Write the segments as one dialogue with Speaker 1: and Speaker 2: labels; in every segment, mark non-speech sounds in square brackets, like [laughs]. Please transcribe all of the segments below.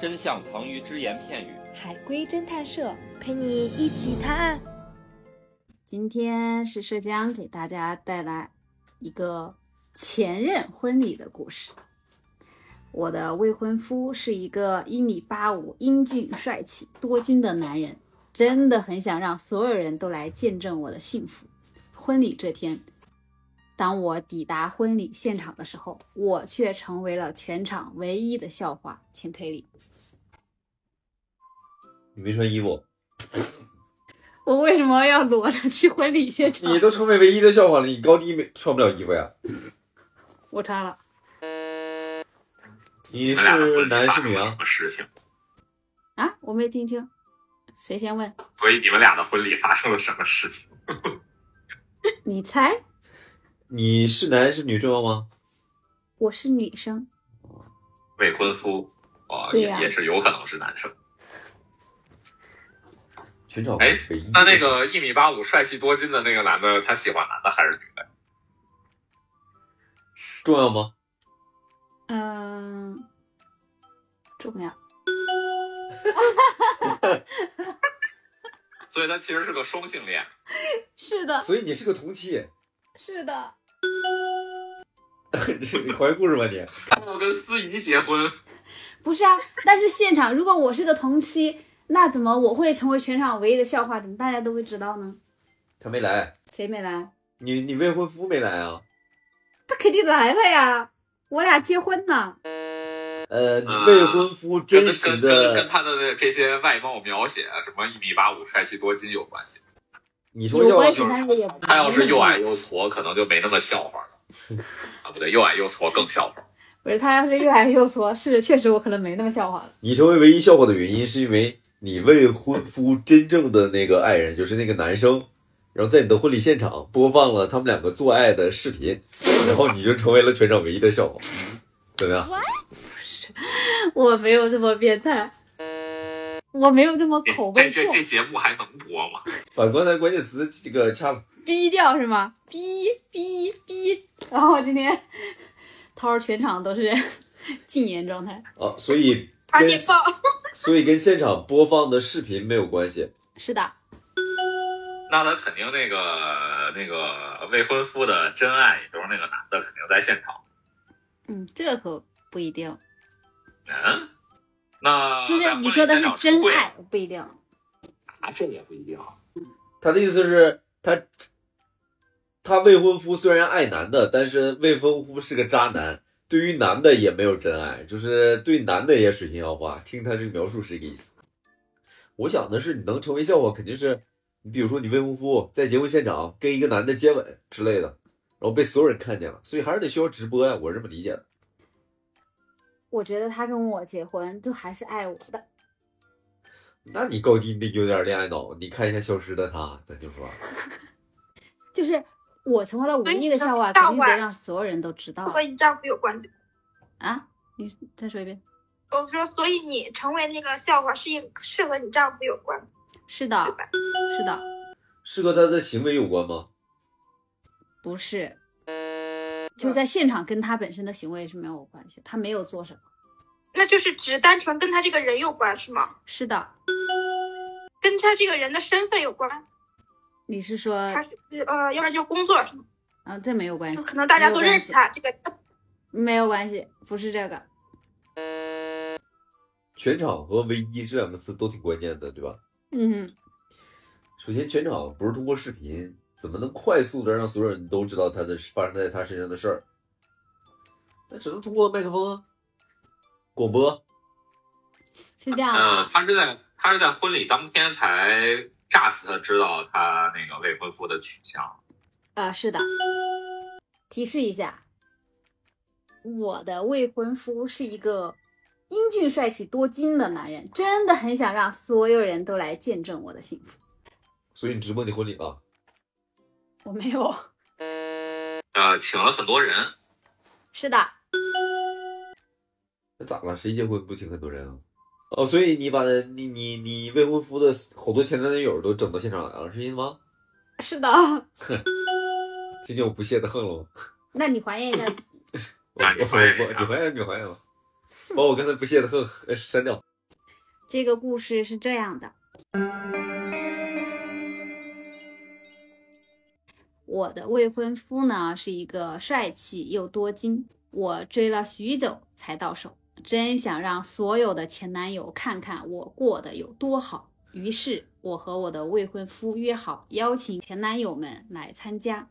Speaker 1: 真相藏于只言片语。
Speaker 2: 海龟侦探社陪你一起探案。
Speaker 3: 今天是浙江给大家带来一个前任婚礼的故事。我的未婚夫是一个一米八五、英俊帅气、多金的男人，真的很想让所有人都来见证我的幸福。婚礼这天，当我抵达婚礼现场的时候，我却成为了全场唯一的笑话。请推理，
Speaker 4: 你没穿衣服，
Speaker 3: 我为什么要裸着去婚礼现场？
Speaker 4: 你都成为唯一的笑话了，你高低没穿不了衣服呀？
Speaker 3: 我穿了，
Speaker 4: 你
Speaker 5: 哎
Speaker 4: 是男是女啊
Speaker 5: 什？么事情？
Speaker 3: 啊，我没听清，谁先问？
Speaker 5: 所以你们俩的婚礼发生了什么事情？
Speaker 3: 你猜，
Speaker 4: 你是男是女重要吗？
Speaker 3: 我是女生，
Speaker 5: 未婚夫，哦，
Speaker 3: 对
Speaker 5: 也
Speaker 3: 呀
Speaker 5: 也是有可能是男生。
Speaker 4: 全场
Speaker 5: 哎
Speaker 4: 唯一的
Speaker 5: 那那个一米八五、帅气多金的那个男的，他喜欢男的还是女的？
Speaker 4: 重要吗？
Speaker 3: 嗯、重要，
Speaker 5: 所以他其实是个双性恋。
Speaker 3: 是的，
Speaker 4: 所以你是个同妻，
Speaker 3: 是的，
Speaker 4: [laughs] 你怀故事吧你？
Speaker 5: 我跟司仪结婚，
Speaker 3: 不是啊。但是现场，如果我是个同期，那怎么我会成为全场唯一的笑话？怎么大家都会知道呢？
Speaker 4: 他没来，
Speaker 3: 谁没来？
Speaker 4: 你你未婚夫没来啊？
Speaker 3: 他肯定来了呀，我俩结婚呢。
Speaker 4: 呃，你
Speaker 5: 啊
Speaker 4: 未婚夫真实
Speaker 5: 跟跟跟
Speaker 4: 的，
Speaker 5: 他的这些外貌描写，啊什么一米八五、帅气多金有关系。
Speaker 4: 你从
Speaker 3: 有
Speaker 4: 小
Speaker 3: 关
Speaker 4: 就
Speaker 3: 系，但是也不
Speaker 5: [laughs] 他要是又矮，又矬，可能就没那么笑话了。啊，不对，又矮又矬更笑话。
Speaker 3: 不是他要是又矮又矬，是确实我可能没那么笑话了。 [laughs]
Speaker 4: 你成为唯一笑话的原因，是因为你未婚夫真正的那个爱人就是那个男生，然后在你的婚礼现场播放了他们两个做爱的视频，然后你就成为了全场唯一的笑话，怎么样？
Speaker 3: 我没有这么变态， [laughs] 我没有这么口
Speaker 5: 这
Speaker 3: 味
Speaker 5: 这
Speaker 3: 重，
Speaker 5: 这节目还能播吗？
Speaker 4: 把刚才关键词这个掐了，
Speaker 3: 逼掉是吗？逼逼逼，然后今天涛儿全场都是 [laughs] 禁言状态，
Speaker 4: 啊，所以跟所以跟现场播放的视频没有关系。
Speaker 3: 是的，
Speaker 5: 那他肯定那个那个未婚夫的真爱，也就是那个男的，肯定在现场。
Speaker 3: 嗯，这可不一定，
Speaker 5: 嗯，啊那
Speaker 3: 就是你说的是真爱，不一定。
Speaker 5: 啊，这也不一定。
Speaker 4: 他的意思是，他他未婚夫虽然爱男的，但是未婚夫是个渣男，对于男的也没有真爱，就是对男的也水性杨花。听他这个描述是这个意思。我想的是，你能成为笑话，肯定是你，比如说你未婚夫在结婚现场跟一个男的接吻之类的，然后被所有人看见了，所以还是得需要直播呀、我是这么理解的。
Speaker 3: 我觉得他跟我结婚就还是爱我的，
Speaker 4: 那你高低你得有点恋爱脑，你看一下《消失的他》，咱就说，
Speaker 3: 就是我成为了唯一的笑话，肯
Speaker 6: 所以
Speaker 3: 定
Speaker 6: 你知道
Speaker 3: 得
Speaker 6: 啊
Speaker 3: 让所有人都知道
Speaker 6: 和你丈夫有关系。
Speaker 3: 啊！你再说一遍。
Speaker 6: 我说，所以你成为那个笑话是因是和你丈夫有关。
Speaker 3: 是的，是的，
Speaker 4: 是和他的行为有关吗？
Speaker 3: 不是，就是在现场跟他本身的行为是没有关系，他没有做什么。
Speaker 6: 那就是只单纯跟他这个人有关是吗？
Speaker 3: 是的，
Speaker 6: 跟他这个人的身份有关，
Speaker 3: 你是说，
Speaker 6: 他是呃，要不然就工作什么，
Speaker 3: 嗯、这没有关
Speaker 6: 就
Speaker 3: 系，
Speaker 6: 可能大家都认识他。这个
Speaker 3: 没有关系，没有关系，不是这个，
Speaker 4: 全场和唯一这两个词都挺关键的，对吧？
Speaker 3: 嗯，
Speaker 4: 首先，全场不是通过视频，怎么能快速的让所有人都知道他的发生在他身上的事儿？那只能通过麦克风、啊、广播。
Speaker 3: 是这样
Speaker 5: 嗯，
Speaker 3: 啊，
Speaker 5: 他是在他是在婚礼当天才炸死他知道他那个未婚夫的取向。
Speaker 3: 啊，是的，提示一下，我的未婚夫是一个英俊帅气、多金的男人，真的很想让所有人都来见证我的幸福。
Speaker 4: 所以你直播你婚礼了，
Speaker 3: 我没有，
Speaker 5: 呃，请了很多人，
Speaker 3: 是的，
Speaker 4: 那咋了？谁结婚不请很多人啊？哦，所以你把你你你未婚夫的好多前男友都整到现场来了，是因为吗？
Speaker 3: 是的。 [laughs]
Speaker 4: 今天我不屑的横了吗？
Speaker 3: 那你还原一下
Speaker 4: 我
Speaker 5: 啊
Speaker 4: 我
Speaker 5: 你
Speaker 4: 我
Speaker 5: 怀疑
Speaker 4: 我
Speaker 5: 啊
Speaker 4: 你怀疑你怀疑吗？把我刚才不屑的恨呃删掉。
Speaker 3: 这个故事是这样的：我的未婚夫呢是一个帅气又多金，我追了许久才到手，真想让所有的前男友看看我过得有多好。于是，我和我的未婚夫约好邀请前男友们来参加。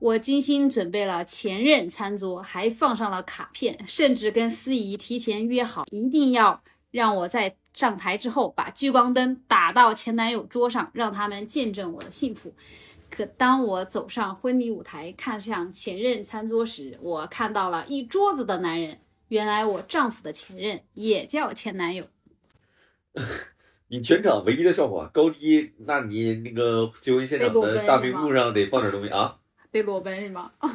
Speaker 3: 我精心准备了前任餐桌，还放上了卡片，甚至跟司仪提前约好，一定要让我在上台之后把聚光灯打到前男友桌上，让他们见证我的幸福。可当我走上婚礼舞台，看向前任餐桌时，我看到了一桌子的男人。原来我丈夫的前任也叫前男友。
Speaker 4: 你全场唯一的笑话，高低，那你那个结婚现场的大屏幕上得放点东西啊。
Speaker 3: 对裸奔是吗？哦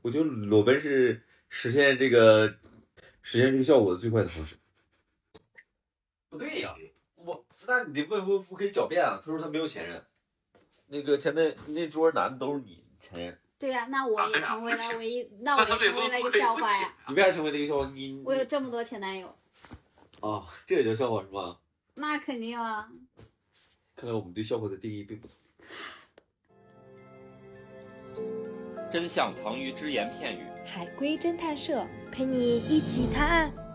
Speaker 4: 我觉得裸奔是实现这个实现这个效果的最快的方式。不
Speaker 5: 哎
Speaker 4: 对呀、我那你的未婚夫可以狡辩啊，他说他没有前任，那个前那那桌男的都是你前任，
Speaker 3: 对呀、那
Speaker 5: 啊
Speaker 3: 我也成为了唯一，那我也
Speaker 5: 那他未
Speaker 3: 成为
Speaker 5: 婚
Speaker 3: 了一个
Speaker 5: 夫可以
Speaker 3: 笑
Speaker 5: 啊不
Speaker 3: 话
Speaker 5: 请
Speaker 3: 呀。
Speaker 4: 你为啥成为了一个笑话？你你
Speaker 3: 我有这么多前男友，
Speaker 4: 啊，这也叫笑话是吗？
Speaker 3: 那肯定啊。
Speaker 4: 看来我们对笑话的定义并不同。
Speaker 1: 真相藏于只言片语。
Speaker 2: 海龟侦探社陪你一起探案。